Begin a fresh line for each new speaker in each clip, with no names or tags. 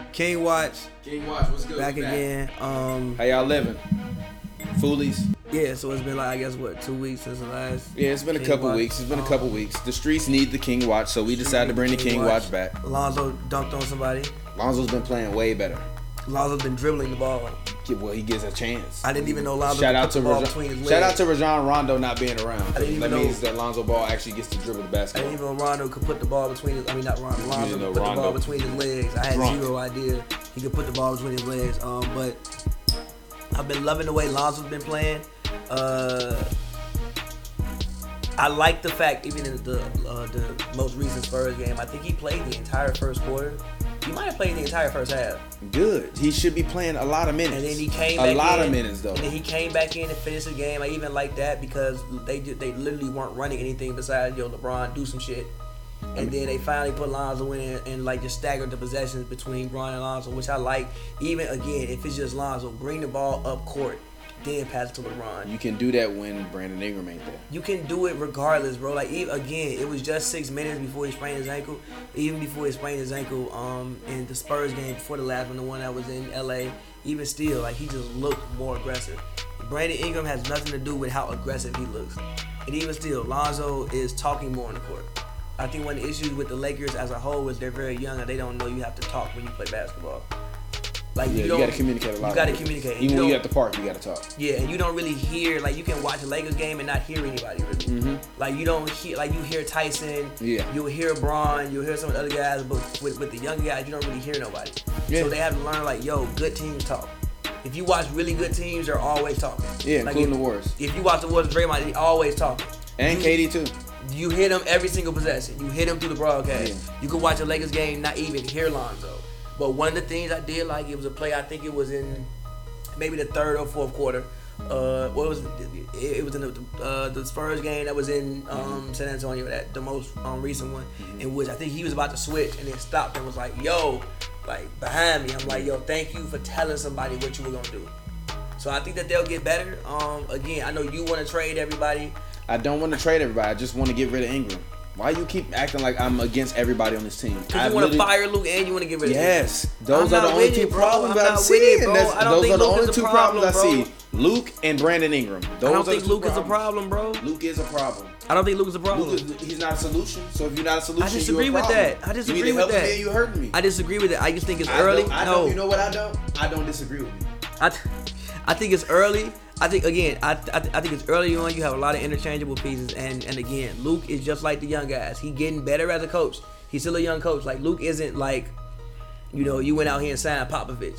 Watch
Game Watch, what's good?
back
We
again. Um,
How y'all living? Foolies.
yeah, so it's been like I guess what two weeks since the last.
Yeah, it's been a
King
couple
Watch.
weeks. It's been a
Um,
couple weeks. The streets need the King Watch, so we decided to bring the King Watch back.
Lonzo dunked on somebody.
Lonzo's been playing way better.
Lonzo's been dribbling the ball.
Yeah, Well, he gets a chance.
I didn't even know Lonzo
Shout
could
out
put
to
the ball
Rajon,
between his
shout
legs.
out to Rajon Rondo not being around.
didn't even
That
know-
means that Lonzo Ball actually gets to dribble the
I didn't
basketball.
even know Rondo could put the ball between his. I mean, not Rondo. Lonzo
know
could put the
Rondo.
ball between his legs. I had
Drunk.
zero idea he could put the ball between his legs. Um, but I've been loving the way Lonzo's been playing. Uh, I like the fact even in the uh, the most recent Spurs game, I think he played the entire first quarter. He might have played the entire first half,
Good. He should be playing a lot of minutes.
and then he came.
A
back
lot
in,
of minutes though.
And then he came back in and finished the game. I even like that because they did, they literally weren't running anything besides yo LeBron do some shit. And then they finally put Lonzo in and, and like just staggered the possessions between Bron and Lonzo, which I like. Even again, if it's just Lonzo, bring the ball up court, then pass it to LeBron.
You can do that when Brandon Ingram ain't there.
You can do it regardless, bro. Like even, again, it was just six minutes before he sprained his ankle. Even before he sprained his ankle, um, in the Spurs game before the last one, the one that was in LA. Even still, like he just looked more aggressive. Brandon Ingram has nothing to do with how aggressive he looks. And even still, Lonzo is talking more on the court. I think one of the issues with the Lakers as a whole is they're very young and they don't know you have to talk when you play basketball. Like
Yeah, you,
don't-
gotta communicate a lot.
You gotta
more.
communicate.
Even when
don't-
you at the park, you gotta talk.
yeah, and you don't really hear like you can watch a Lakers game and not hear anybody really. Like you don't hear like you hear Tyson,
Mm-hmm. Yeah.
you'll hear Braun, you'll hear some of the other guys, but with, with the young guys you don't really hear nobody.
Yeah.
So they have to learn like yo, good teams talk. If you watch really good teams, they're always talking.
Yeah,
Like,
including
if,
the Warriors.
If you watch the Warriors, Draymond, he always talking.
And
You-
KD too.
you hit them every single possession. You hit them through the broadcast.
Yeah.
You could watch a Lakers game, not even hear Lonzo. But one of the things I did like, it was a play. I think it was in maybe the third or fourth quarter. Uh, what was it? It it was in the, uh, the Spurs game that was in um, San Antonio, that the most um, recent one, in which I think he was about to switch and then stopped and was like, "Yo, like behind me." I'm like, "Yo, thank you for telling somebody what you were gonna do." So I think that they'll get better. Um, again, I know you want to trade everybody.
I don't want to trade everybody. I just want to get rid of Ingram. Why you keep acting like I'm against everybody on this team?
Cause
I
you want to
literally-
fire Luke and you want to get rid of him.
Yes, those
I'm
are the
not
only
with
two
it, bro.
problems
I'm
I'm,
not with
seeing.
it, bro.
That's-
I don't
those
think
are the
Luke
only
is a
two
problem,
problems I
bro.
see. Luke and Brandon Ingram. Those
I
are
don't
the
think
two
Luke is a
problems.
problem, bro.
Luke is a problem.
I don't think Luke is a problem.
Luke is, he's not a solution. So if you're not a solution,
I disagree
you a
with
problem.
that. I disagree
you either
with
helping
that.
Me or you hurting me.
I disagree with it. I just think it's
I
early.
Don't, I
no,
don't, you know what I don't? I don't disagree with you.
I, th- I think it's early. I think again, I, th- I, th- I think it's early on. You have a lot of interchangeable pieces, and and again, Luke is just like the young guys. He getting better as a coach. He's still a young coach. Like Luke isn't like, you know, you went out here and signed Popovich,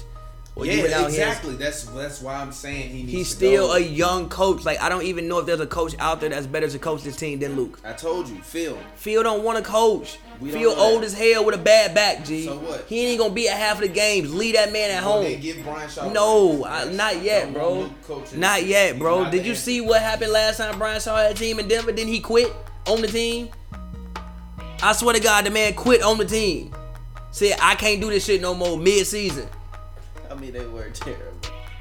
or
Yeah,
you went out here and
exactly. That's that's why I'm saying he needs.
He's
to
still
go.
a young coach. Like I don't even know if there's a coach out there that's better to coach this team than Luke.
I told you, Phil.
Phil don't want to coach.
We don't
Phil
know that.
old as hell with a bad back. G.
So what?
He ain't gonna be at half of the games. Leave that man at
They
home.
give Brian Shaw. Yes.
No, I, not
Don't
yet,
want
bro.
Luke coaching.
Not yet,
He's
bro.
not
Did
the
you
answer.
see what happened last time Brian Shaw had a team in Denver? Then he quit on the team. I swear to God, the man quit on the team. Said I can't do this shit no more mid-season.
I mean, they were terrible.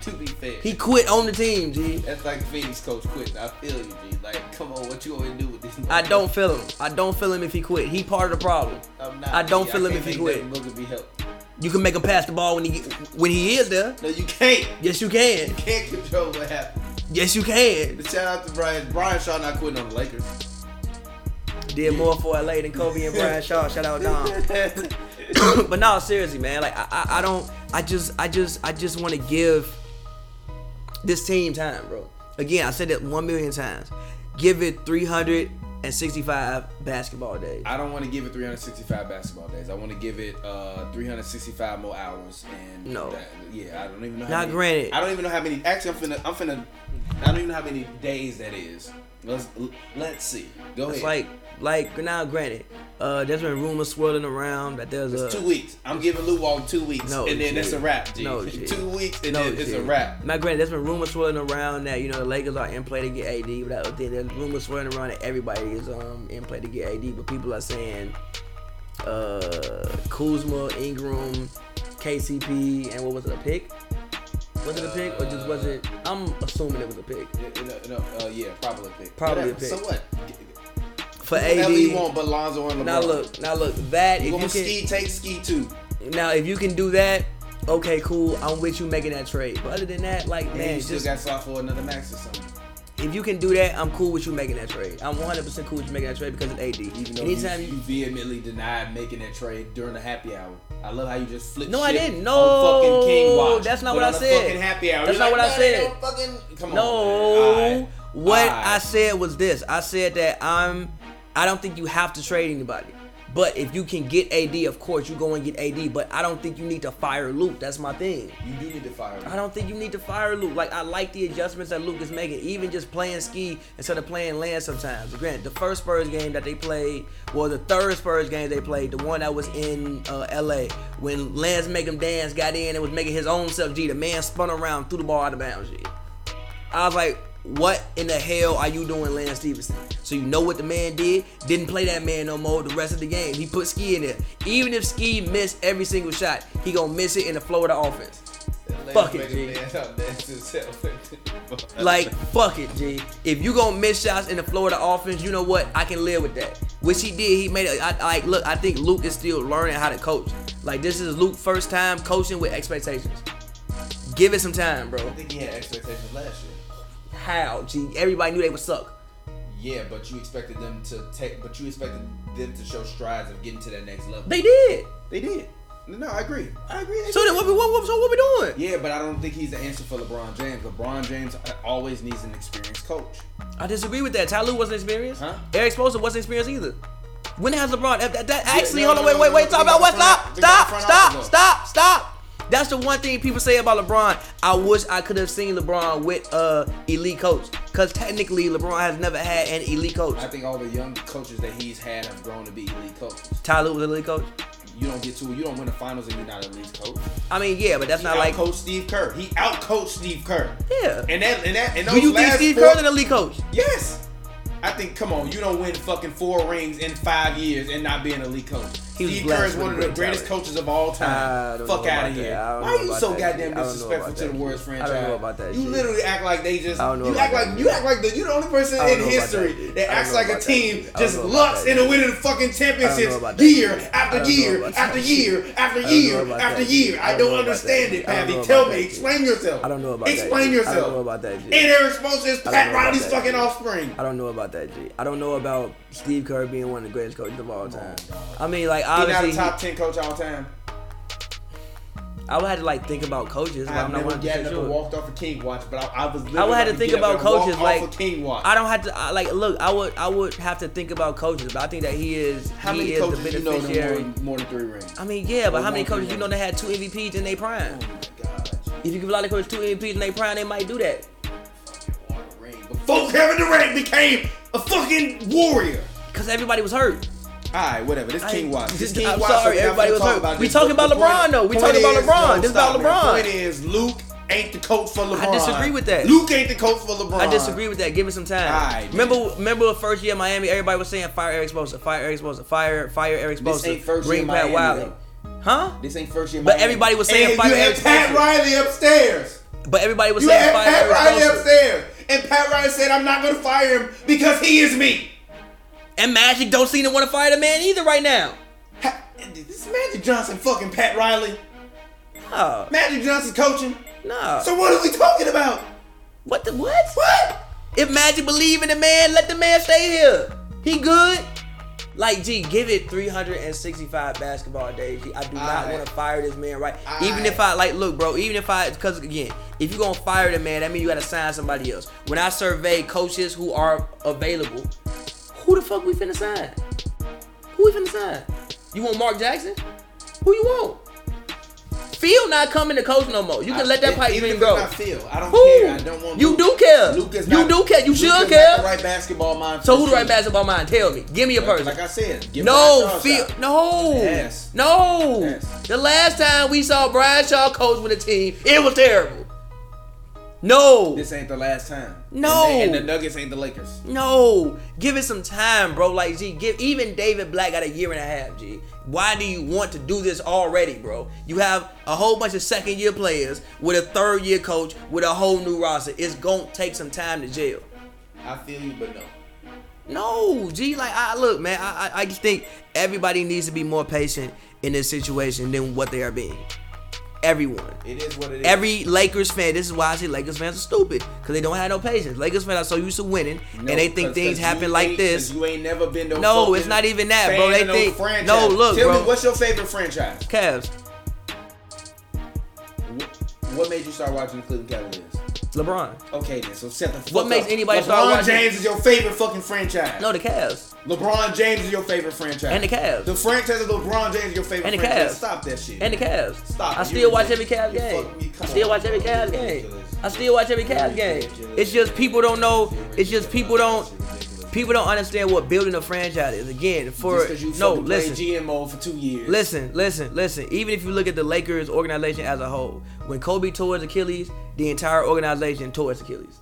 To be fair,
He quit on the team, G.
that's like Phoenix coach quitting. I feel you, G. Like, come on, what you gonna do with this?
I don't feel him. I don't feel him if he quit. He part of the problem.
I'm not,
I don't
G.
feel him
can't
if he
make
quit.
nothing but be helped.
You can make him pass the ball when he get- when he is there.
No, you can't.
Yes, you can.
You can't control what happened.
Yes, you can.
But shout out to Brian. Brian Shaw not quitting on the Lakers.
Did more for LA than Kobe and Brian Shaw. Shout out Dom. but no, seriously, man. Like I, I, I don't. I just, I just, I just want to give this team time, bro. Again, I said it one million times. Give it 365 basketball days.
I don't want to give it 365 basketball days. I want to give it uh 365 more hours. And
No.
that- yeah, I don't even know. How
Not
many,
granted.
I don't even know how many. Actually, I'm finna. I'm finna. I don't even know how many days that is. Let's let's see. Go
It's
ahead.
like, like now, granted, uh, there's been rumors swirling around that there's a
It's two weeks. I'm giving Lou Walton two weeks,
uh, No,
and then
G.
it's a wrap. G.
No, G.
two weeks, and then it's
shit.
a wrap.
Now, granted, there's been rumors swirling around that you know the Lakers are in play to get AD, but I think there's rumors swirling around that everybody is um in play to get AD. But people are saying uh Kuzma, Ingram, KCP, and what was it a pick? Was it a pick or just was it? I'm assuming it was a pick
No, no, uh, yeah, probably a pick.
Probably a
Whatever.
pick.
So what?
for
Whatever you
AD.
want, but Lonzo and LeBron.
Now look, now look that
You
if
want
you
ski? Take ski too.
can now if you can do that, okay, cool, I'm with you making that trade. But other than that, like
And
man,
you still
just
got soft for another max or something.
if you can do that, I'm cool with you making that trade. I'm 100 percent cool with you making that trade because of AD.
Even though
Anytime
you, you
you,
vehemently denied making that trade during the happy hour. I love how you just flipped.
No, I
shit
didn't.
on
No,
fucking King Watch.
that's not
But
what
on the
I said.
Fucking happy hour.
That's
you're
not
like,
what I
"Man, they
said."
don't Fucking, come on. man.
no,
Alright.
what
Alright.
I said was this. I said that I'm. I don't think you have to trade anybody. But if you can get AD, of course you go and get AD. But I don't think you need to fire Luke. That's my thing.
You do need to fire. him.
I don't think you need to fire Luke. Like I like the adjustments that Luke is making, even just playing ski instead of playing land sometimes. Granted, the first Spurs game that they played, well, the third Spurs game they played, the one that was in uh, L.A. when Lance make him dance, got in and was making his own self G. The man spun around, threw the ball out of bounds. G. I was like, what in the hell are you doing, Lance Stevenson? So you know what the man did? Didn't play that man no more the rest of the game. He put Ski in there. Even if Ski missed every single shot, he gonna miss it in the flow of the offense.
Let
Fuck
him
it,
make a
G.
man out there to himself.
Like, fuck it, G. If you gonna miss shots in the Florida offense, you know what? I can live with that. Which he did. He made it. I, I- like, look, I think Luke is still learning how to coach. Like, this is Luke first time coaching with expectations. Give it some time, bro.
I think he had expectations last year.
How, G? Everybody knew they would suck.
Yeah, but you expected them to take, but you expected them to show strides of getting to that next level.
They did.
They did. No, I agree. I agree.
So then, what? we- What? what so what we doing?
yeah, but I don't think he's the answer for LeBron James. LeBron James always needs an experienced coach.
I disagree with that. Tyloo wasn't experienced.
Huh?
Eric Spoelstra wasn't experienced either. When has LeBron? That, that, that-
Yeah,
actually,
no,
hold on,
no,
wait,
no,
wait,
no,
wait.
we
Stop,
got
stop, wait,
the front
stop,
office, we got
stop,
the front
stop,
office,
stop, stop. That's the one thing people say about LeBron. I wish I could have seen LeBron with uh elite coach, because technically LeBron has never had an elite coach.
I think all the young coaches that he's had have grown to be elite coaches.
Tyloo was an elite coach.
You don't get to, you don't win the finals if you're not an elite coach.
I mean, yeah, but that's
He
not like.
outcoached Steve Kerr. He outcoached Steve Kerr.
Yeah.
And that, and that, and those
Do you think
last
Steve
four-
Kerr's an elite coach?
Yes. I think, come on, you don't win fucking four rings in five years and not be an elite coach.
He was
Steve
blessed
Kerr is
with
one of
great
the greatest
talent.
coaches of all
I
time.
don't
Fuck
know
out of
about
here.
that. I don't
Why
know
you
about
so
that,
goddamn
G. I don't know
disrespectful
about
to
that,
the
G.
Warriors
I don't
franchise?
know about that,
You
G.
literally act like they just.
I don't know
you
about
act
that,
like
G.
you act like the, you're the only person
I don't
in
know about
history
that, G.
that,
I don't
acts
know
like a
about that,
team
G. I don't
just
know about
lucks
that,
into
G.
winning fucking championships
about that, G.
year
I
after
don't know
year
about that,
after
G.
year after
I don't know
year
about
after
that, G.
year.
I
I
don't
don't
know about
understand
that,
it,
G. I don't know
Pappy.
about
Tell
that,
me,
G.
explain yourself.
I don't know about that, G.
Explain
I don't
yourself.
know about that, G.
And Eric Spoelstra is
don't
Pat
know about
Riley's
that,
fucking
G.
offspring.
I don't know about that, G. I don't know about Steve Kerr being one of the greatest coaches of all time. I mean, like obviously,
He's not a top ten coach all time.
I would have to like think about coaches. But
I've
I'm not
never,
one
yeah, I
hundred
never
sure.
walked off a King watch, but I, I was.
I would have to
literally
think
get up
about
and walk
coaches
off
like
a King watch.
I don't have to I, like look. I would I would have to think about coaches, but I think that he is
How
he
many
is
coaches
the
you know that
beneficiary.
won more than three rings?
I mean, yeah, but
Or
how many
won three
coaches you know
rings?
that had two MVPs in their prime?
Oh my God!
If you give a lot of coaches two MVPs in their prime, they might do that.
you fucking won a ring Before Kevin Durant became a fucking warrior.
Cause everybody was hurt.
Alright, whatever. This
I-
King watch. This
just-
King
I'm
watch.
sorry,
we're not
everybody
gonna
was
talk
hurt. We
this,
talking
but the
about LeBron,
point-
though. We
point
talking about
is-
LeBron.
no,
This about
stop, man.
LeBron.
Point is, Luke ain't the coach for LeBron.
disagree with that.
Luke ain't the coach for LeBron.
I disagree with that. Give it some time.
Alright,
remember, remember the first year in Miami, everybody was saying fire Eric Spoelstra, fire Eric Spoelstra, fire fire Eric Spoelstra.
This ain't first year
bring
in
Pat
Miami,
Wiley. Huh?
This ain't first year.
But
Miami.
everybody was
And
saying fire
you had
Eric
Pat Riley upstairs.
But everybody was
You
saying
had
fire
Pat Riley
Eric Spoelstra.
upstairs, and Pat Riley said, "I'm not going to fire him because he is me."
And Magic don't seem to want to fire the man either right now.
Ha- This is Magic Johnson fucking Pat Riley.
No,
Magic Johnson coaching.
no.
So what are we talking about?
what the what?
What?
If Magic believe in the man, let the man stay here. He good. Like, G, give it 365 basketball days. G. I do not
Aight.
want to fire this man, right? Even
Aight.
if I, like, look, bro, even if I, because again, if you're going to fire the man, that means you got to sign somebody else. When I survey coaches who are available, who the fuck we finna sign? Who we finna sign? You want Mark Jackson? Who you want? Phil not coming to coach no more. You can let that pipe
even
even
if it's
go.
not Phil, I don't
Who?
care. I don't want.
You
Luke.
do care.
Luke is
You
not-
do care. You
Luke
should
is not
care.
The right basketball mind.
So
for
who the
the
right
team.
basketball mind? Tell me. Give me a person.
Like I said, give
no,
Brian Shaw
Phil.
a shot.
No.
Yes.
No.
Yes.
The last time we saw Brian Shaw coach with a team, it was terrible. No.
This ain't the last time.
No.
And, they- and the Nuggets ain't the Lakers.
No, give it some time, bro. Like, G, give even David Black got a year and a half, G. Why do you want to do this already, bro? You have a whole bunch of second year players with a third year coach with a whole new roster. It's gonna take some time to jail.
I feel you, but no.
No, G, like I look, man, I, I I just think everybody needs to be more patient in this situation than what they are being. Everyone.
It is what it is.
Every Lakers fan, this is why I say Lakers fans are stupid because they don't have no patience. Lakers fans are so used to winning, and
No,
they think
'cause-
things
'cause you
happen like
ain't- 'cause
this.
You ain't never been no.
No, it's
fucking
not even that,
fan
bro. They
of no
think-
franchise.
No, look,
Tell
bro.
me, what's your favorite franchise?
Cavs,
Wh- What made you start watching the Cleveland Cavaliers?
LeBron.
Okay, then. So set the fuck
What makes
up.
anybody
LeBron
start watching-
James is your favorite fucking franchise.
No, the Cavs
LeBron James is your favorite franchise.
and the Cavs
The franchise of LeBron James is your favorite
And the
franchise.
Cavs.
Stop that shit.
and the Cavs.
Stop.
I
You
still watch every
ridiculous.
Cavs
You
game.
fucking- you- come
Still
on,
watch every
bro.
Cavs
You
game.
ridiculous.
I still watch every Cavs game. It's just people don't know. It's just people don't. People don't understand what building a franchise is. Again, for
Just 'cause you
no,
fucking played
listen.
GMO for two years.
Listen, listen, listen. Even if you look at the Lakers organization as a whole, when Kobe tore his Achilles, the entire organization tore his Achilles.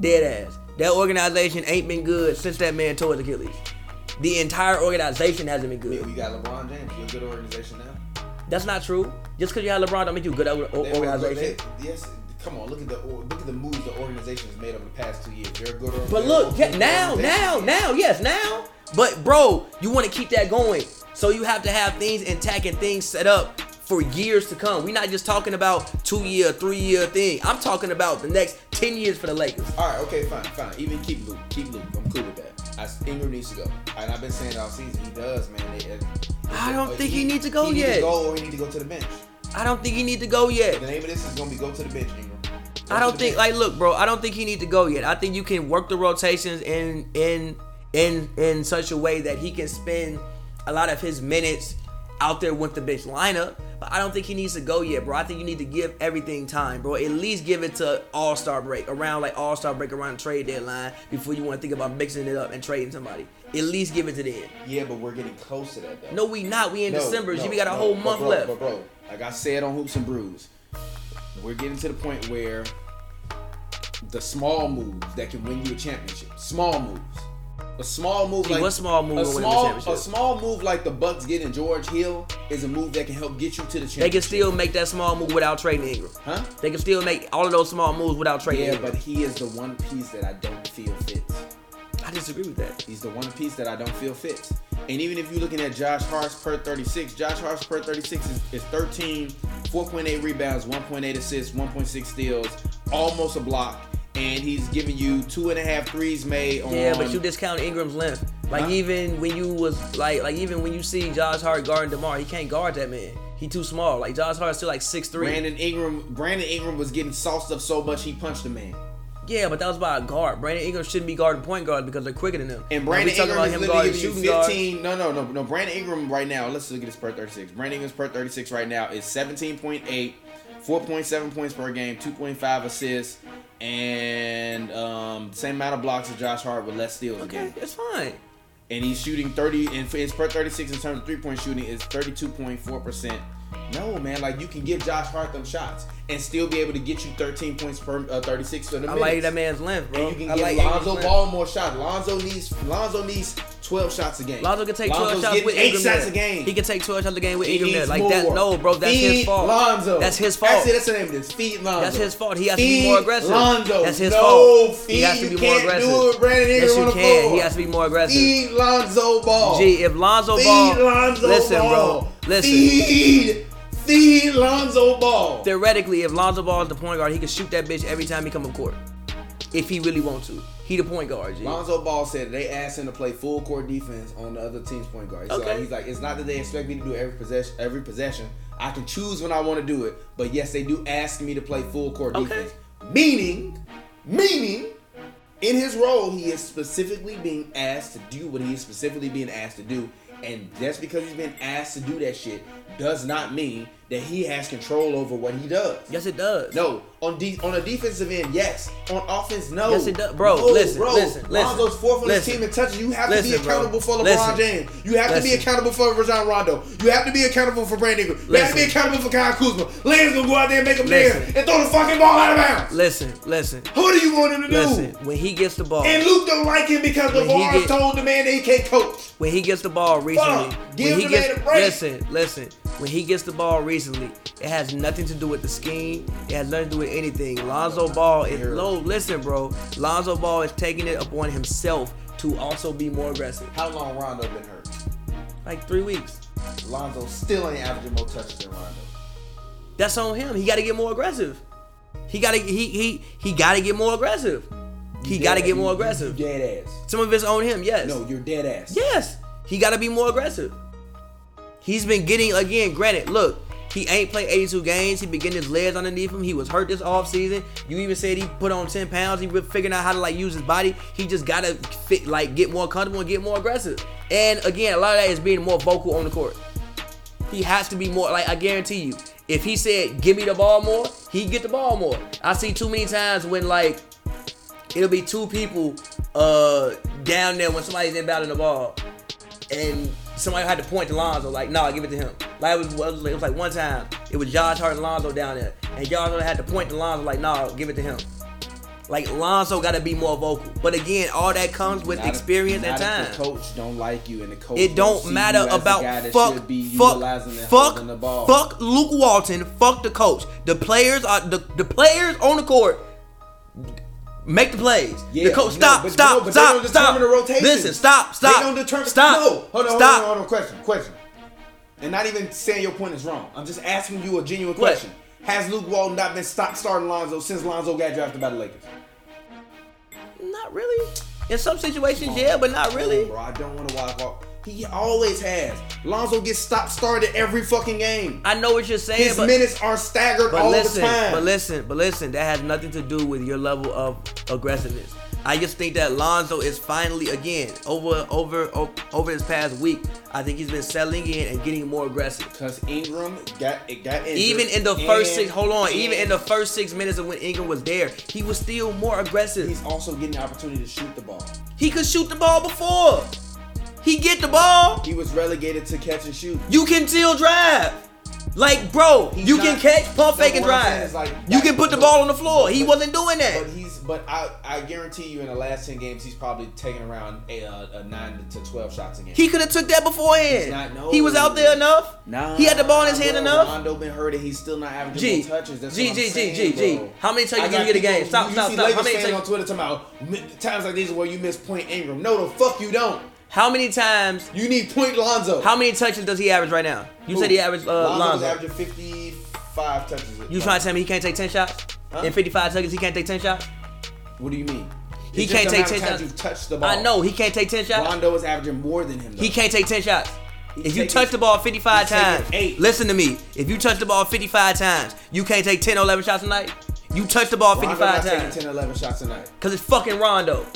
Dead ass. That organization ain't been good since that man tore his Achilles. The entire organization hasn't been
Yeah, we
good.
got LeBron James. You're a good organization now.
That's not true. Just because you have LeBron don't make you a good o-
They
o-
were good-
organization.
they- yes. Come on, look at the or- look at the moves the organization has made over the past two years. They're a good. org-
But
they're
look,
a
yeah,
good
now,
organization.
now, now, yes, now. But bro, you want to keep that going, so you have to have things intact and things set up for years to come. We're not just talking about two year, three year thing. I'm talking about the next ten years for the Lakers.
All right, okay, fine, fine. Even keep Luke, keep Luke. I'm cool with that. I, Ingram needs to go, and I've been saying all season he does, man. They-
I don't
but
think he need to go
he Need
yet.
to go or he need to go to the bench.
I don't think he need to go
The
yet.
name of this is gonna be go to the bench, Ingram. Go
I
to
don't
the
think
bench.
like look, bro. I don't think he need to go yet. I think you can work the rotations in in in in such a way that he can spend a lot of his minutes out there with the bench lineup. But I don't think he needs to go yet, bro. I think you need to give everything time, bro. At least give it to All Star break around like All Star break around the trade deadline before you want to think about mixing it up and trading somebody. At least give it to them.
yeah, but we're getting close to that though.
No, we not. We in
No,
December.
no,
we got a
no,
whole
but
month
bro,
left.
But bro, like I said on Hoops and Brews, we're getting to the point where the small moves that can win you a championship, small moves. A small move
See,
like
what small move
a
will win them a
small,
championship?
a small move like the Bucks getting George Hill is a move that can help get you to the championship.
They can still make that small move without trading Ingram.
Huh?
They can still make all of those small moves without trading
Yeah,
Ingram.
but he is the one piece that I don't feel fits.
I disagree with that.
He's the one piece that I don't feel fits. And even if you're looking at Josh Hart's per 36, Josh Hart's per 36 is, is 13, 4.8 rebounds, 1.8 assists, 1.6 steals, almost a block. And he's giving you two and a half threes made on.
Yeah, but you discount Ingram's length. Like
Huh?
even when you was like like even when you see Josh Hart guarding Demar, he can't guard that man. He too small. Like Josh Hart's still like six three.
Brandon Ingram, Brandon Ingram was getting sauced up so much he punched a man.
Yeah, but that was by a guard. Brandon Ingram shouldn't be guarding point guard because they're quicker than him.
And
Like, we
Brandon
talking
Ingram is literally
guarding
giving you
guards.
15. No, no, no, no. Brandon Ingram right now. Let's look at his per 36. Brandon Ingram's per 36 right now is 17.8, 4.7 points per game, 2.5 assists, and um, same amount of blocks as Josh Hart with less steals
Okay,
again.
it's fine.
And he's shooting 30. And for his per 36 in terms of three point shooting is 32.4 percent. No man, like you can give Josh Hart them shots and still be able to get you 13 points per uh, 36 for the
I
minutes.
like that man's length, bro.
And you can
I
give
like Ingram's
Lonzo
length.
Ball more shots. Lonzo needs Lonzo needs twelve shots a game.
Lonzo can take twelve
Lonzo's
shots
getting
with
eight
Ingram
shots
there.
a game.
He can take twelve shots a game with
He
Ingram there.
needs
Like that,
more.
no, bro. That's
Feed
his fault.
Lonzo.
That's his fault.
That's it. That's the name of this. Feed Lonzo.
That's his fault. He has to
Feed
be more aggressive.
Lonzo.
That's his
no,
fault.
Feed.
he has to
you
be more
can't
aggressive.
Do it, Brandon Ingram
yes, you
on the
can.
Floor.
He has to be more aggressive.
Feed Lonzo Ball.
Gee, if Lonzo
feed
Ball,
Lonzo
listen,
Ball.
bro, listen.
Feed. Feed Lonzo Ball.
Theoretically, if Lonzo Ball is the point guard, he can shoot that bitch every time he come up court, if he really wants to. He the point guard, G.
Lonzo Ball said they asked him to play full court defense on the other team's point guard. So
Okay.
he's like, it's not that they expect me to do every possession. Every possession, I can choose when I want to do it. But yes, they do ask me to play full court
Okay.
defense. Meaning, meaning, in his role, he is specifically being asked to do what he is specifically being asked to do. And just because he's been asked to do that shit does not mean that he has control over what he does.
yes, it does.
No, on de- on a defensive end, yes. On offense, no.
Yes, it does. Bro,
No,
listen, listen, listen,
Lonzo's fourth on this
listen.
team in touches. You have to
Listen,
be
bro.
accountable for LeBron
Listen.
James. You have to be
Listen.
accountable for Rajon Rondo. You have to be accountable for Brandon Ingram. You have to be
Listen.
accountable for Kyle Kuzma. Lane's gonna go out there and make a
Listen.
man and throw the fucking ball out of bounds.
Listen, listen,
Who do you want him to do?
listen. When he gets the ball,
And Luke don't like him because
When he
LeBron
get-
told the man that he can't coach.
when he gets the ball recently,
give
when he
the
gets,
man a break.
listen, listen. When he gets the ball recently, it has nothing to do with the scheme. It has nothing to do with anything. Lonzo Ball is
Here.
no. Listen, bro. Lonzo Ball is taking it upon himself to also be more aggressive.
How long Rondo been hurt?
Like three weeks.
Lonzo still ain't averaging more touches than Rondo.
That's on him. He got to get more aggressive. He got to he he he got to get more aggressive. He got to get more aggressive.
You dead ass.
Some of it's on him. Yes.
No, you're dead ass.
Yes, he got to be more aggressive. He's been getting again. Granted, look, he ain't played 82 games. He been getting his legs underneath him. He was hurt this offseason. You even said he put on 10 pounds. He been figuring out how to like use his body. He just gotta fit like get more comfortable and get more aggressive. And again, a lot of that is being more vocal on the court. He has to be more like I guarantee you. If he said, "Give me the ball more," he get the ball more. I see too many times when like it'll be two people uh down there when somebody's inbounding the ball, and somebody had to point to Lonzo like, "Nah, give it to him." Like it was, it was, it was like one time it was Josh Hart and Lonzo down there, and Josh Hart had to point to Lonzo like, "Nah, give it to him." Like Lonzo got to be more vocal, but again, all that comes with
Not if-
experience
not
and time.
If the coach don't like you, and the coach
It don't
see you
matter
as the
about
guy that
fuck,
should be
fuck,
utilizing and holding the ball.
fuck, fuck Luke Walton, fuck the coach. The players are the, the players on the court. Make the plays.
Yeah,
the coach,
no,
stop,
but-
stop,
no, but they
stop,
don't
stop.
determine the rotation.
Listen, stop, stop,
They don't determine.
stop.
No, hold on, hold on,
stop.
hold on, Question, question. And not even saying your point is wrong. I'm just asking you a genuine
What?
question. Has Luke Walton not been stop starting Lonzo since Lonzo got drafted by the Lakers?
Not really. In some situations, yeah, but not really.
Bro, I don't want to walk off. He always has. Lonzo gets stop started every fucking game.
I know what you're saying,
His
but
minutes are staggered
But
all
listen,
the time.
but listen, but listen, that has nothing to do with your level of aggressiveness. I just think that Lonzo is finally again over over o- over this past week. I think he's been settling in and getting more aggressive.
Cause Ingram got it got injured.
Even in the first
And-
six, hold on,
and
even in the first six minutes of when Ingram was there, he was still more aggressive.
he's also getting the opportunity to shoot the ball.
He could shoot the ball before. He get the ball.
He was relegated to catch and shoot.
You can still drive. Like, bro,
He's
you
not-
can catch, pump
No,
fake, and
what I'm saying
drive.
is, like,
you
that-
can put the ball on the floor. He wasn't doing that.
But he's but I I guarantee you in the last ten games he's probably taking around a, uh a nine to twelve shots a game.
He could have took that beforehand.
not- no.
He was out there enough.
Nah,
He had the ball in his hand
bro,
enough.
Rondo been hurt and he's still not averaging
G,
more touches. That's
G,
what I'm
G, G,
saying,
G, G.
bro.
How many touches
I
you gonna
got
get a game?
people-
Stop,
you
stop,
see
stop. How
Lakers
many
fans
touch-
on Twitter talking about "M- times like these is where you miss point Ingram. No, the fuck you don't.
How many times?
You need point Lonzo.
How many touches does he average right now? You said he averaged uh,
Lonzo's
Lonzo.
averaging fifty-five touches.
you trying to tell me he can't take ten shots
Huh?
in 55 seconds? He can't take ten shots.
What do you mean?
He
It's
can't
just
take
the amount of
10
times
shots.
You've touched the ball.
I know he can't take ten shots.
Rondo is averaging more than him. Though.
He can't take ten shots. If you
taking-
touch the ball
he's
55
taking
times,
eight.
listen to me. If you touch the ball 55 times, you can't take 10 or 11 shots a night. You touch the ball 55
Rondo not
times.
taking 10, 11 shots a night.
Cause it's fucking Rondo.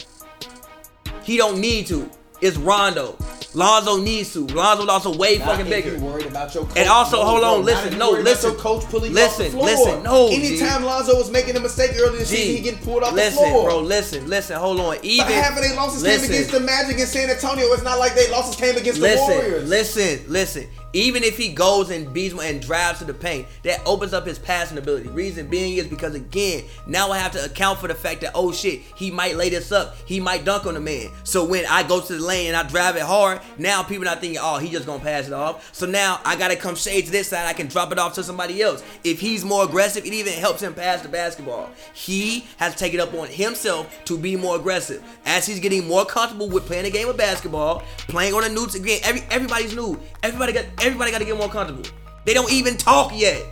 He don't need to. It's Rondo. Lonzo needs to. Lonzo's also way
Not
fucking
if
bigger.
You worried about your coach.
And also,
No,
hold
bro,
on,
not
listen,
if you
no,
worried about
listen.
your coach pulling you off the
Listen,
floor.
listen, no, G.
Anytime Lonzo was making a mistake earlier this season,
G,
he getting pulled off
listen,
the floor.
bro. Listen, listen. Hold on. Even
but half of their losses
listen,
came against the Magic and San Antonio. It's not like they losses came against the Warriors.
Listen, listen, listen. Even if he goes and beats one and drives to the paint, that opens up his passing ability. Reason being is because again, now I have to account for the fact that oh shit, he might lay this up, he might dunk on the man. So when I go to the lane and I drive it hard, now people not thinking, oh, he just gonna pass it off. So now I gotta come shade to this side, I can drop it off to somebody else. If he's more aggressive, it even helps him pass the basketball. He has taken up on himself to be more aggressive. As he's getting more comfortable with playing the game of basketball, playing on a new t- again, every everybody's new. Everybody got everybody got to get more comfortable. They don't even talk yet.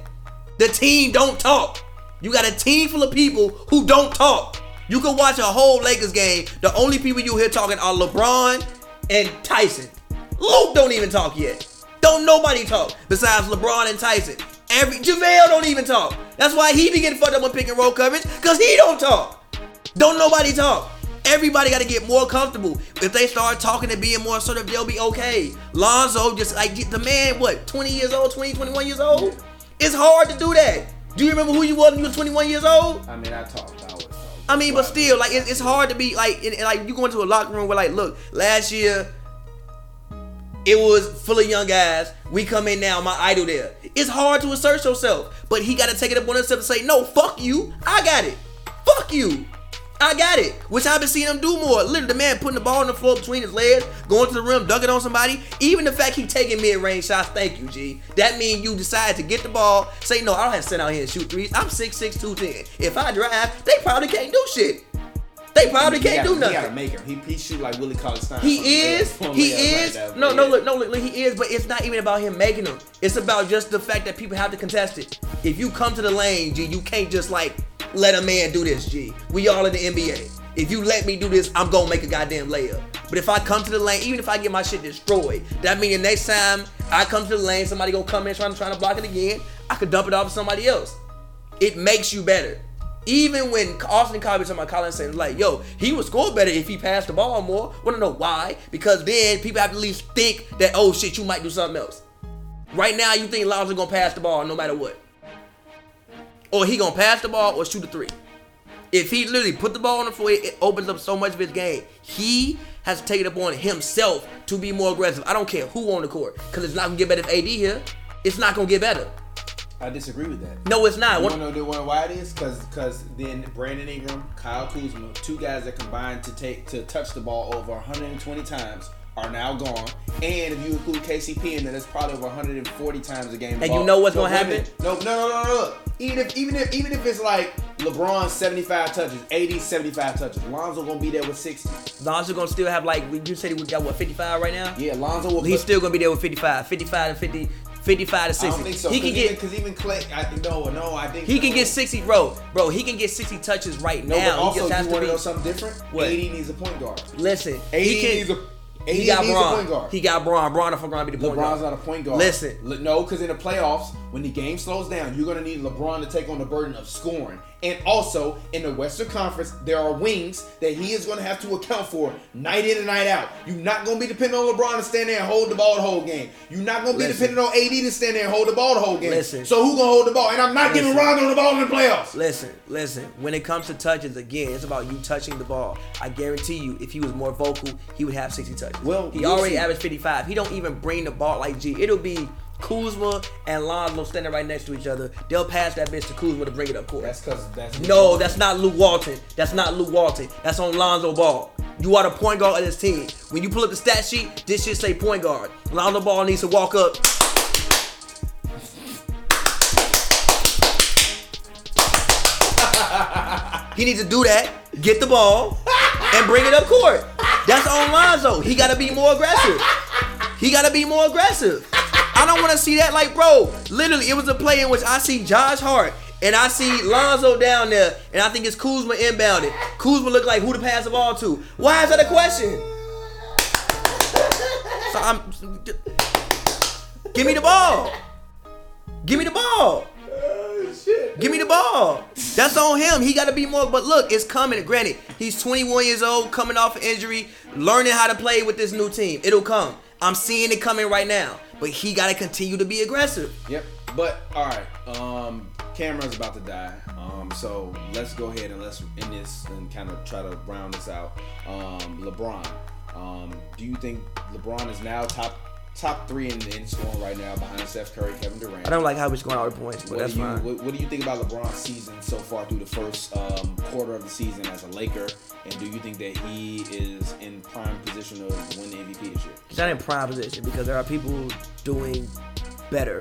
The team don't talk. You got a team full of people who don't talk. You can watch a whole Lakers game. The only people you hear talking are LeBron and Tyson. Luke don't even talk yet. Don't nobody talk besides LeBron and Tyson. Every JaVale E don't even talk. That's why he be getting fucked up on pick and roll coverage, cause he don't talk. Don't nobody talk. Everybody got to get more comfortable. If they start talking and being more assertive, they'll be okay. Lonzo, just like the man, what, 20 years old, 20, 21 years old? It's hard to do that. Do you remember who you was when you were 21 years old?
I mean, I talked about it. so-
I mean, but still, like, it, it's hard to be, like, and, and, like, you go into a locker room where, like, look, last year, it was full of young guys. We come in now, my idol there. It's hard to assert yourself, but he got to take it up on himself and say, no, fuck you. I got it. Fuck you. I got it. Which I've been seeing him do more. Literally, the man putting the ball on the floor between his legs, going to the rim, dunking on somebody. Even the fact he taking mid-range shots, thank you, G. That means you decide to get the ball, say, no, I don't have to sit out here and shoot threes. I'm 6'6", 210. If I drive, they probably can't do shit. They probably can't
gotta,
do
He
nothing.
gotta make him. He, he shoot like Willie Collins Stein. from
He
the
is.
left.
He
Yeah,
is.
right,
No,
that-
no,
yeah.
look, no, look, look, he is. But it's not even about him making them. It's about just the fact that people have to contest it. If you come to the lane, G, you can't just like let a man do this, G. We all in the NBA. If you let me do this, I'm gonna make a goddamn layup. But if I come to the lane, even if I get my shit destroyed, that mean the next time I come to the lane, somebody gonna come in trying, trying to block it again. I could dump it off to somebody else it makes you better. Even when Austin Cobb was talking about Colin saying, like, yo, he would score better if he passed the ball more. Wanna know why? Because then people have to at least think that, oh shit, you might do something else. Right now, you think Lonzo gonna pass the ball no matter what. Or he gonna pass the ball or shoot a three. If he literally put the ball on the floor, it opens up so much of his game. He has to take it upon himself to be more aggressive. I don't care who on the court, because it's not gonna get better if AD here. It's not gonna get better.
I disagree with that.
No, it's not.
You
What-
wanna know the- why it is? Cause, cause then Brandon Ingram, Kyle Kuzma, two guys that combined to take to touch the ball over 120 times are now gone. And if you include KCP in there, that's probably over 140 times a game. the
And you
ball-
know what's
No,
gonna
wait a
happen?
minute. No, no, no, no, no. Look. Even if even if even if it's like LeBron 75 touches, AD 75 touches, Lonzo gonna be there with 60.
Lonzo gonna still have like we- you said he got what 55 right now.
Yeah, Lonzo will.
He's still gonna be there with 55, 55 to 50, 55 to
I
60.
don't think so.
He can
Cause even,
get
because even Clay. I, no, no, I think
he can
no.
get 60, bro, bro. He can get 60 touches right
No,
now.
but also
he just has
you
to
want
be.
to know something different?
What?
AD needs a point guard.
Listen,
AD
he can.
needs a. AD
he got
needs
Bron.
a point guard.
He got Braun. Braun if I'm gonna be the point
LeBron's
guard.
not a point guard.
Listen.
Le- no, because in the playoffs, when the game slows down, you're gonna need LeBron to take on the burden of scoring. And also in the Western Conference, there are wings that he is gonna have to account for night in and night out. You're not gonna be dependent on LeBron to stand there and hold the ball the whole game. You're not gonna be
Listen.
dependent on AD to stand there and hold the ball the whole game.
Listen.
So who gonna hold the ball? And I'm not giving
Listen.
Rondo the ball in the playoffs.
Listen, listen. When it comes to touches, again, it's about you touching the ball. I guarantee you, if he was more vocal, he would have 60 touches.
Well,
he
we'll
already
see.
averaged 55. He don't even bring the ball like G. It'll be Kuzma and Lonzo standing right next to each other. They'll pass that bitch to Kuzma to bring it up court.
That's because that's
No, that's not Lou Walton. That's not Lou Walton. That's on Lonzo Ball. You are the point guard of this team. When you pull up the stat sheet, this should say point guard. Lonzo Ball needs to walk up. he needs to do that, get the ball, and bring it up court. That's on Lonzo. He gotta be more aggressive. He gotta be more aggressive. I don't wanna see that like bro. Literally, it was a play in which I see Josh Hart and I see Lonzo down there, and I think it's Kuzma inbounded. Kuzma look like who to pass the ball to. Why is that a question? So I'm Give me the ball. Give me the ball. Give me the ball. That's on him. He got to be more. But look, it's coming. Granted, he's 21 years old, coming off an injury, learning how to play with this new team. It'll come. I'm seeing it coming right now. But he got to continue to be aggressive.
Yep. But all right, um, Cameron's about to die. Um, so let's go ahead and let's end this and kind of try to round this out. Um, LeBron. Um, do you think LeBron is now top top three in, in scoring right now behind Steph Curry, Kevin Durant?
I don't like how he's going out with points, but
What
that's
do you
fine.
what, what do you think about LeBron's season so far through the first um, quarter of the season as a Laker? And do you think that he is in prime position to win the MVP this year?
He's not in prime position because there are people doing better,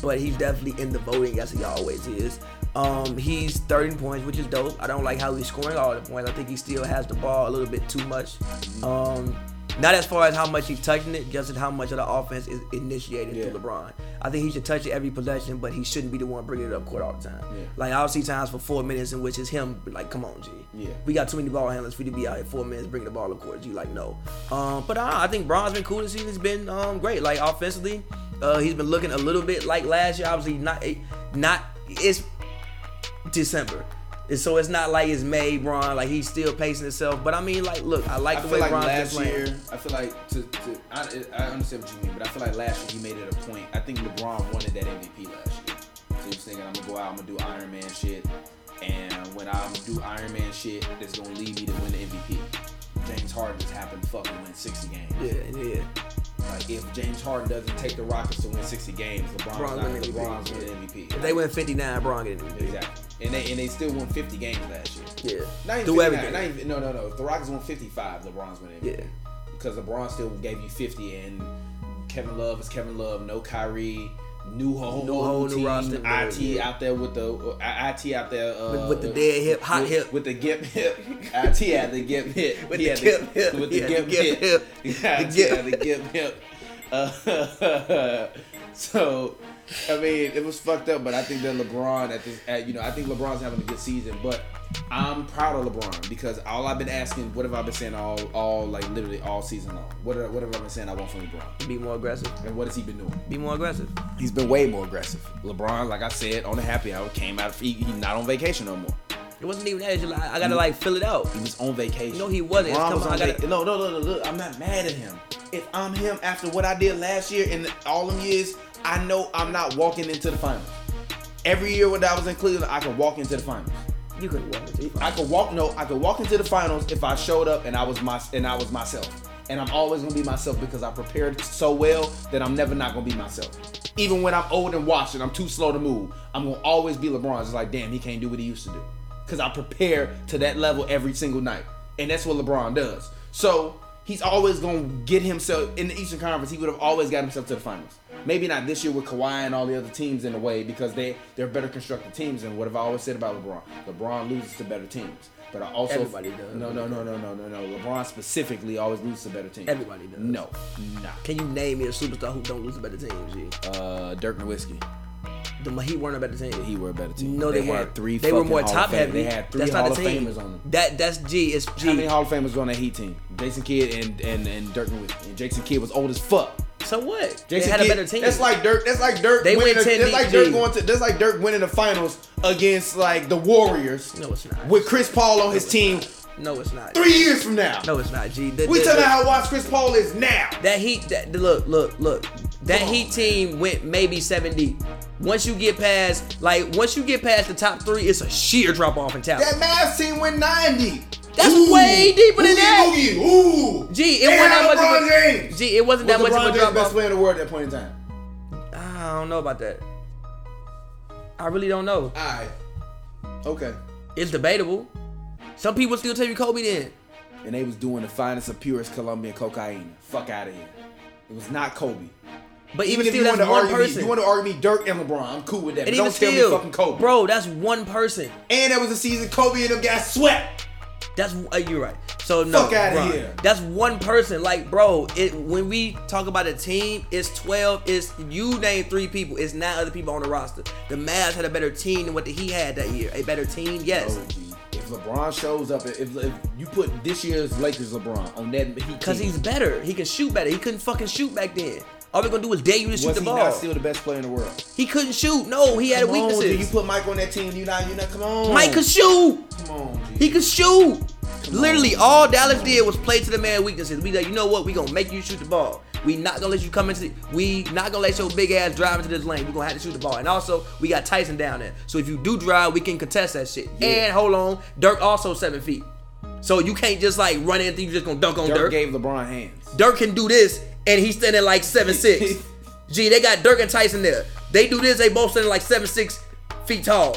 but he's definitely in the voting as he always is. Um, he's 30 points, which is dope. I don't like how he's scoring all the points. I think he still has the ball a little bit too much. Um, not as far as how much he's touching it, just as how much of the offense is initiated
Yeah.
through LeBron. I think he should touch it every possession, but he shouldn't be the one bringing it up court all the time.
Yeah.
Like I'll see times for four minutes in which it's him like, come on, G.
Yeah.
We got too many ball handlers for you to be out here four minutes bringing the ball up court. You like no. Um, but uh, I think Braun's been cool this season. He's been um, great. Like offensively, uh, he's been looking a little bit like last year. Obviously not not it's December. And so it's not like it's May Braun. Like he's still pacing himself. But I mean, like, look, I like
I
the
feel
way
like
Braun's been
last
playing.
year, I feel like to, to I, I understand what you mean, but I feel like last year he made it a point. I think LeBron wanted that MVP last year, so he was thinking I'm gonna go out, I'm gonna do Iron Man shit, and when I do Iron Man shit, it's gonna lead me to win the MVP. James Harden just happened to fucking win 60 games.
Yeah, yeah.
Like if James Harden doesn't take the Rockets to win 60 games, LeBron's
LeBron
not
win MVP.
LeBron's winning MVP.
If they win 59, Braun getting it.
exactly, and they and they still won 50 games last year.
Yeah.
Not even
Do
59,
everything.
Not even, no, no, no. If the Rockets won 55, LeBron's winning. MVP.
Yeah.
Because LeBron still gave you 50, and Kevin Love is Kevin Love. No Kyrie. New whole,
New
new whole
whole
new
new
team.
roster.
IT out there with the uh, IT out there uh,
With- with the dead hip, hot
with,
hip.
with the gimp hip. IT had the gimp hip.
With
He
the
had
gimp hip.
With
He
the
had
gimp
the gimp
hip.
hip.
Yeah,
The
IT had
gimp.
the gimp hip. Uh, so, I mean, it was fucked up, but I think that LeBron at this, at, you know, I think LeBron's having a good season, but. I'm proud of LeBron because all I've been asking, what have I been saying all, all like literally all season long? What, what have I been saying I want from LeBron?
Be more aggressive.
And what has he been doing?
Be more aggressive.
He's been way more aggressive. LeBron, like I said, on the happy hour, came out of he, he not on vacation no more.
It wasn't even that. It's just like, I
Mm.
gotta like fill it out.
He was on vacation.
No, he wasn't. It's
LeBron
come
was
on,
on
I gotta-
vac- no, no, no, no, look, I'm not mad at him. If I'm him after what I did last year and all them years, I know I'm not walking into the finals. Every year when I was in Cleveland, I could walk into the finals.
You could walk into the
I could walk no, I could walk into the finals if I showed up and I was my and I was myself. And I'm always gonna be myself because I prepared so well that I'm never not gonna be myself. Even when I'm old and washed and I'm too slow to move, I'm gonna always be LeBron. It's like, damn, he can't do what he used to do. Cause I prepare to that level every single night. And that's what LeBron does. So he's always gonna get himself in the Eastern Conference, he would have always got himself to the finals. Maybe not this year with Kawhi and all the other teams in the way because they they're better constructed teams. And what have I always said about LeBron? LeBron loses to better teams, but I also
Everybody does.
No, no, no, no, no, no, no. LeBron specifically always loses to better teams.
Everybody does.
No, nah.
Can you name me a superstar who don't lose a better team? G?
Uh, Dirk Nowitzki,
The, he weren't a better team.
he were a better team.
no, they,
had
weren't.
Three
they were
fucking
more
Hall of
top
Fame-
heavy.
They had three
that's
Hall
not a
of
team.
Famers on them.
That that's G. It's G.
How many Hall of Famers were on that Heat team? Jason Kidd and and and Dirk Nowitzki. And Jason Kidd was old as fuck.
so what?
Jason
they had
Kidd-
a better team.
That's like Dirk. That's like Dirk.
They
winning
went
the-
10
That's
deep,
like Dirk
G.
going to. That's like Dirk winning the finals against like the Warriors.
No, it's not.
With Chris Paul on his team
no, it's not.
three years from now.
No, it's not G. The-
we
the-
talking
the-
about how watch Chris Paul is now.
That Heat, that look, look, look. That
Come on,
Heat
man.
team went maybe seven deep. Once you get past, like, once you get past the top three, it's a sheer drop off in talent.
That Mavs team went ninety.
That's way deeper than
Oogie,
that.
Oogie, ooh.
Gee, it
They
wasn't
had
that much.
LeBron
Of a,
James.
gee, it wasn't
Was
that much
LeBron
of a
James
drop
best
off.
player in the world at that point in time?
I don't know about that. I really don't know.
All right. Okay.
It's debatable. Some people still tell you Kobe then.
and they was doing the finest of purest Colombian cocaine. Fuck out of here. It was not Kobe.
But
Even
even,
if
still,
you want
that's
to
one
argue, me,
person.
you want to argue me Dirk and LeBron. I'm cool with that.
and
but
even
don't
still,
tell me fucking Kobe.
bro, that's one person.
And that was a season Kobe and them guys swept.
That's uh, you're right. So no,
Fuck outta
Bron,
here.
That's one person. Like, bro, it when we talk about a team, it's twelve. It's you name three people. It's nine other people on the roster. The Mavs had a better team than what the he had that year. A better team, yes,
Oh, gee. If LeBron shows up, if, if you put this year's Lakers LeBron on that,
because he's better. He can shoot better. He couldn't fucking shoot back then. All we're gonna do is dare you to shoot
was
the
he
ball.
not still the best player in the world?
he couldn't shoot. No, he had
Come on,
weaknesses.
G. you put Mike on that team, you not, you not. Come on,
Mike could shoot.
Come on, G.
He could shoot.
Come
Literally,
on.
all Dallas did was play to the man weaknesses. We like, you know what? We gonna make you shoot the ball. We not gonna let you come into. We not gonna let your big ass drive into this lane. We gonna have to shoot the ball. And also, we got Tyson down there. So if you do drive, we can contest that shit.
Yeah.
And hold on, Dirk also seven feet. So you can't just like run in and think you just gonna dunk on
Dirk,
Dirk.
gave LeBron hands.
Dirk can do this, and he's standing like seven six. Gee, they got Dirk and Tyson there. They do this, they both standing like seven six feet tall.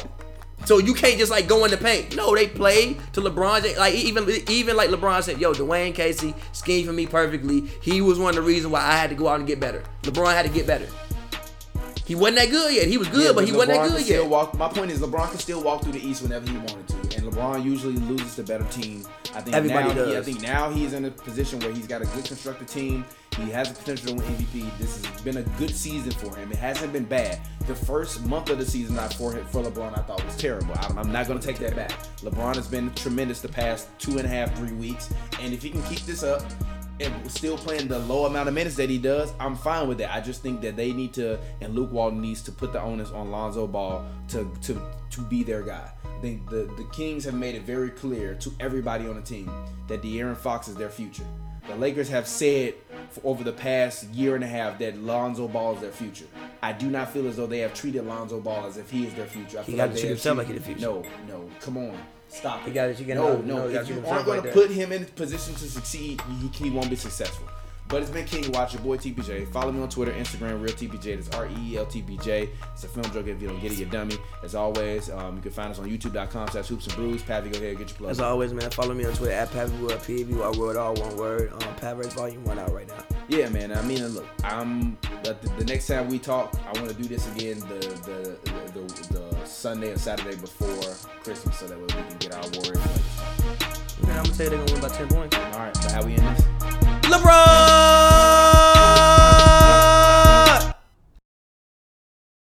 So you can't just like go in the paint. No, they play to LeBron. James. Like e-, even even like LeBron said, "Yo, Dwayne Casey schemed for me perfectly. He was one of the reasons why I had to go out and get better. LeBron had to get better. He wasn't that good yet. He was good,
Yeah,
but he wasn't
LeBron
that
can
good
still
yet.
Walk, my point is LeBron can still walk through the East whenever he wanted to, and LeBron usually loses to better teams. I think
Everybody
now he- I
does.
think now he's in a position where he's got a good constructed team. He has the potential to win MVP. This has been a good season for him. It hasn't been bad. The first month of the season, I for for LeBron, I thought was terrible. I'm, I'm not going to take that back. LeBron has been tremendous the past two and a half, three weeks, and if he can keep this up, and still playing the low amount of minutes that he does, I'm fine with that. I just think that they need to, and Luke Walton needs to put the onus on Lonzo Ball to to to be their guy. I think the the Kings have made it very clear to everybody on the team that De'Aaron Fox is their future. The Lakers have said for over the past year and a half that Lonzo Ball is their future. I do not feel as though they have treated Lonzo Ball as if he is their future. I feel
got
like
to
they
treat
have
himself
treated-
like he's the
No, no, come on, stop it.
You gotta- you gotta-
no,
no,
no.
you gotta
If you aren't
treat himself
going
like
to
that.
put put him in position to succeed, he, he won't be successful. But it's been King Watch, your boy TPJ. Follow me on Twitter, Instagram, Real TPJ. That's R E E L T B J. It's a film joke. If you don't get it, you're dummy. As always, um, you can find us on YouTube.com slash Hoops and Brews. Pavi, go ahead, get your plug.
As always, man, follow me on Twitter at Pavyworld, P-A-V-Y World, all one word. Um, Pavyworld Volume One out right now.
Yeah, man. I mean, look, I'm the, the next time we talk, I want to do this again the the, the the the Sunday or Saturday before Christmas, so that way we can get our words.
I'm gonna tell you they're gonna win by ten points.
All right, so how we end this?
LeBron.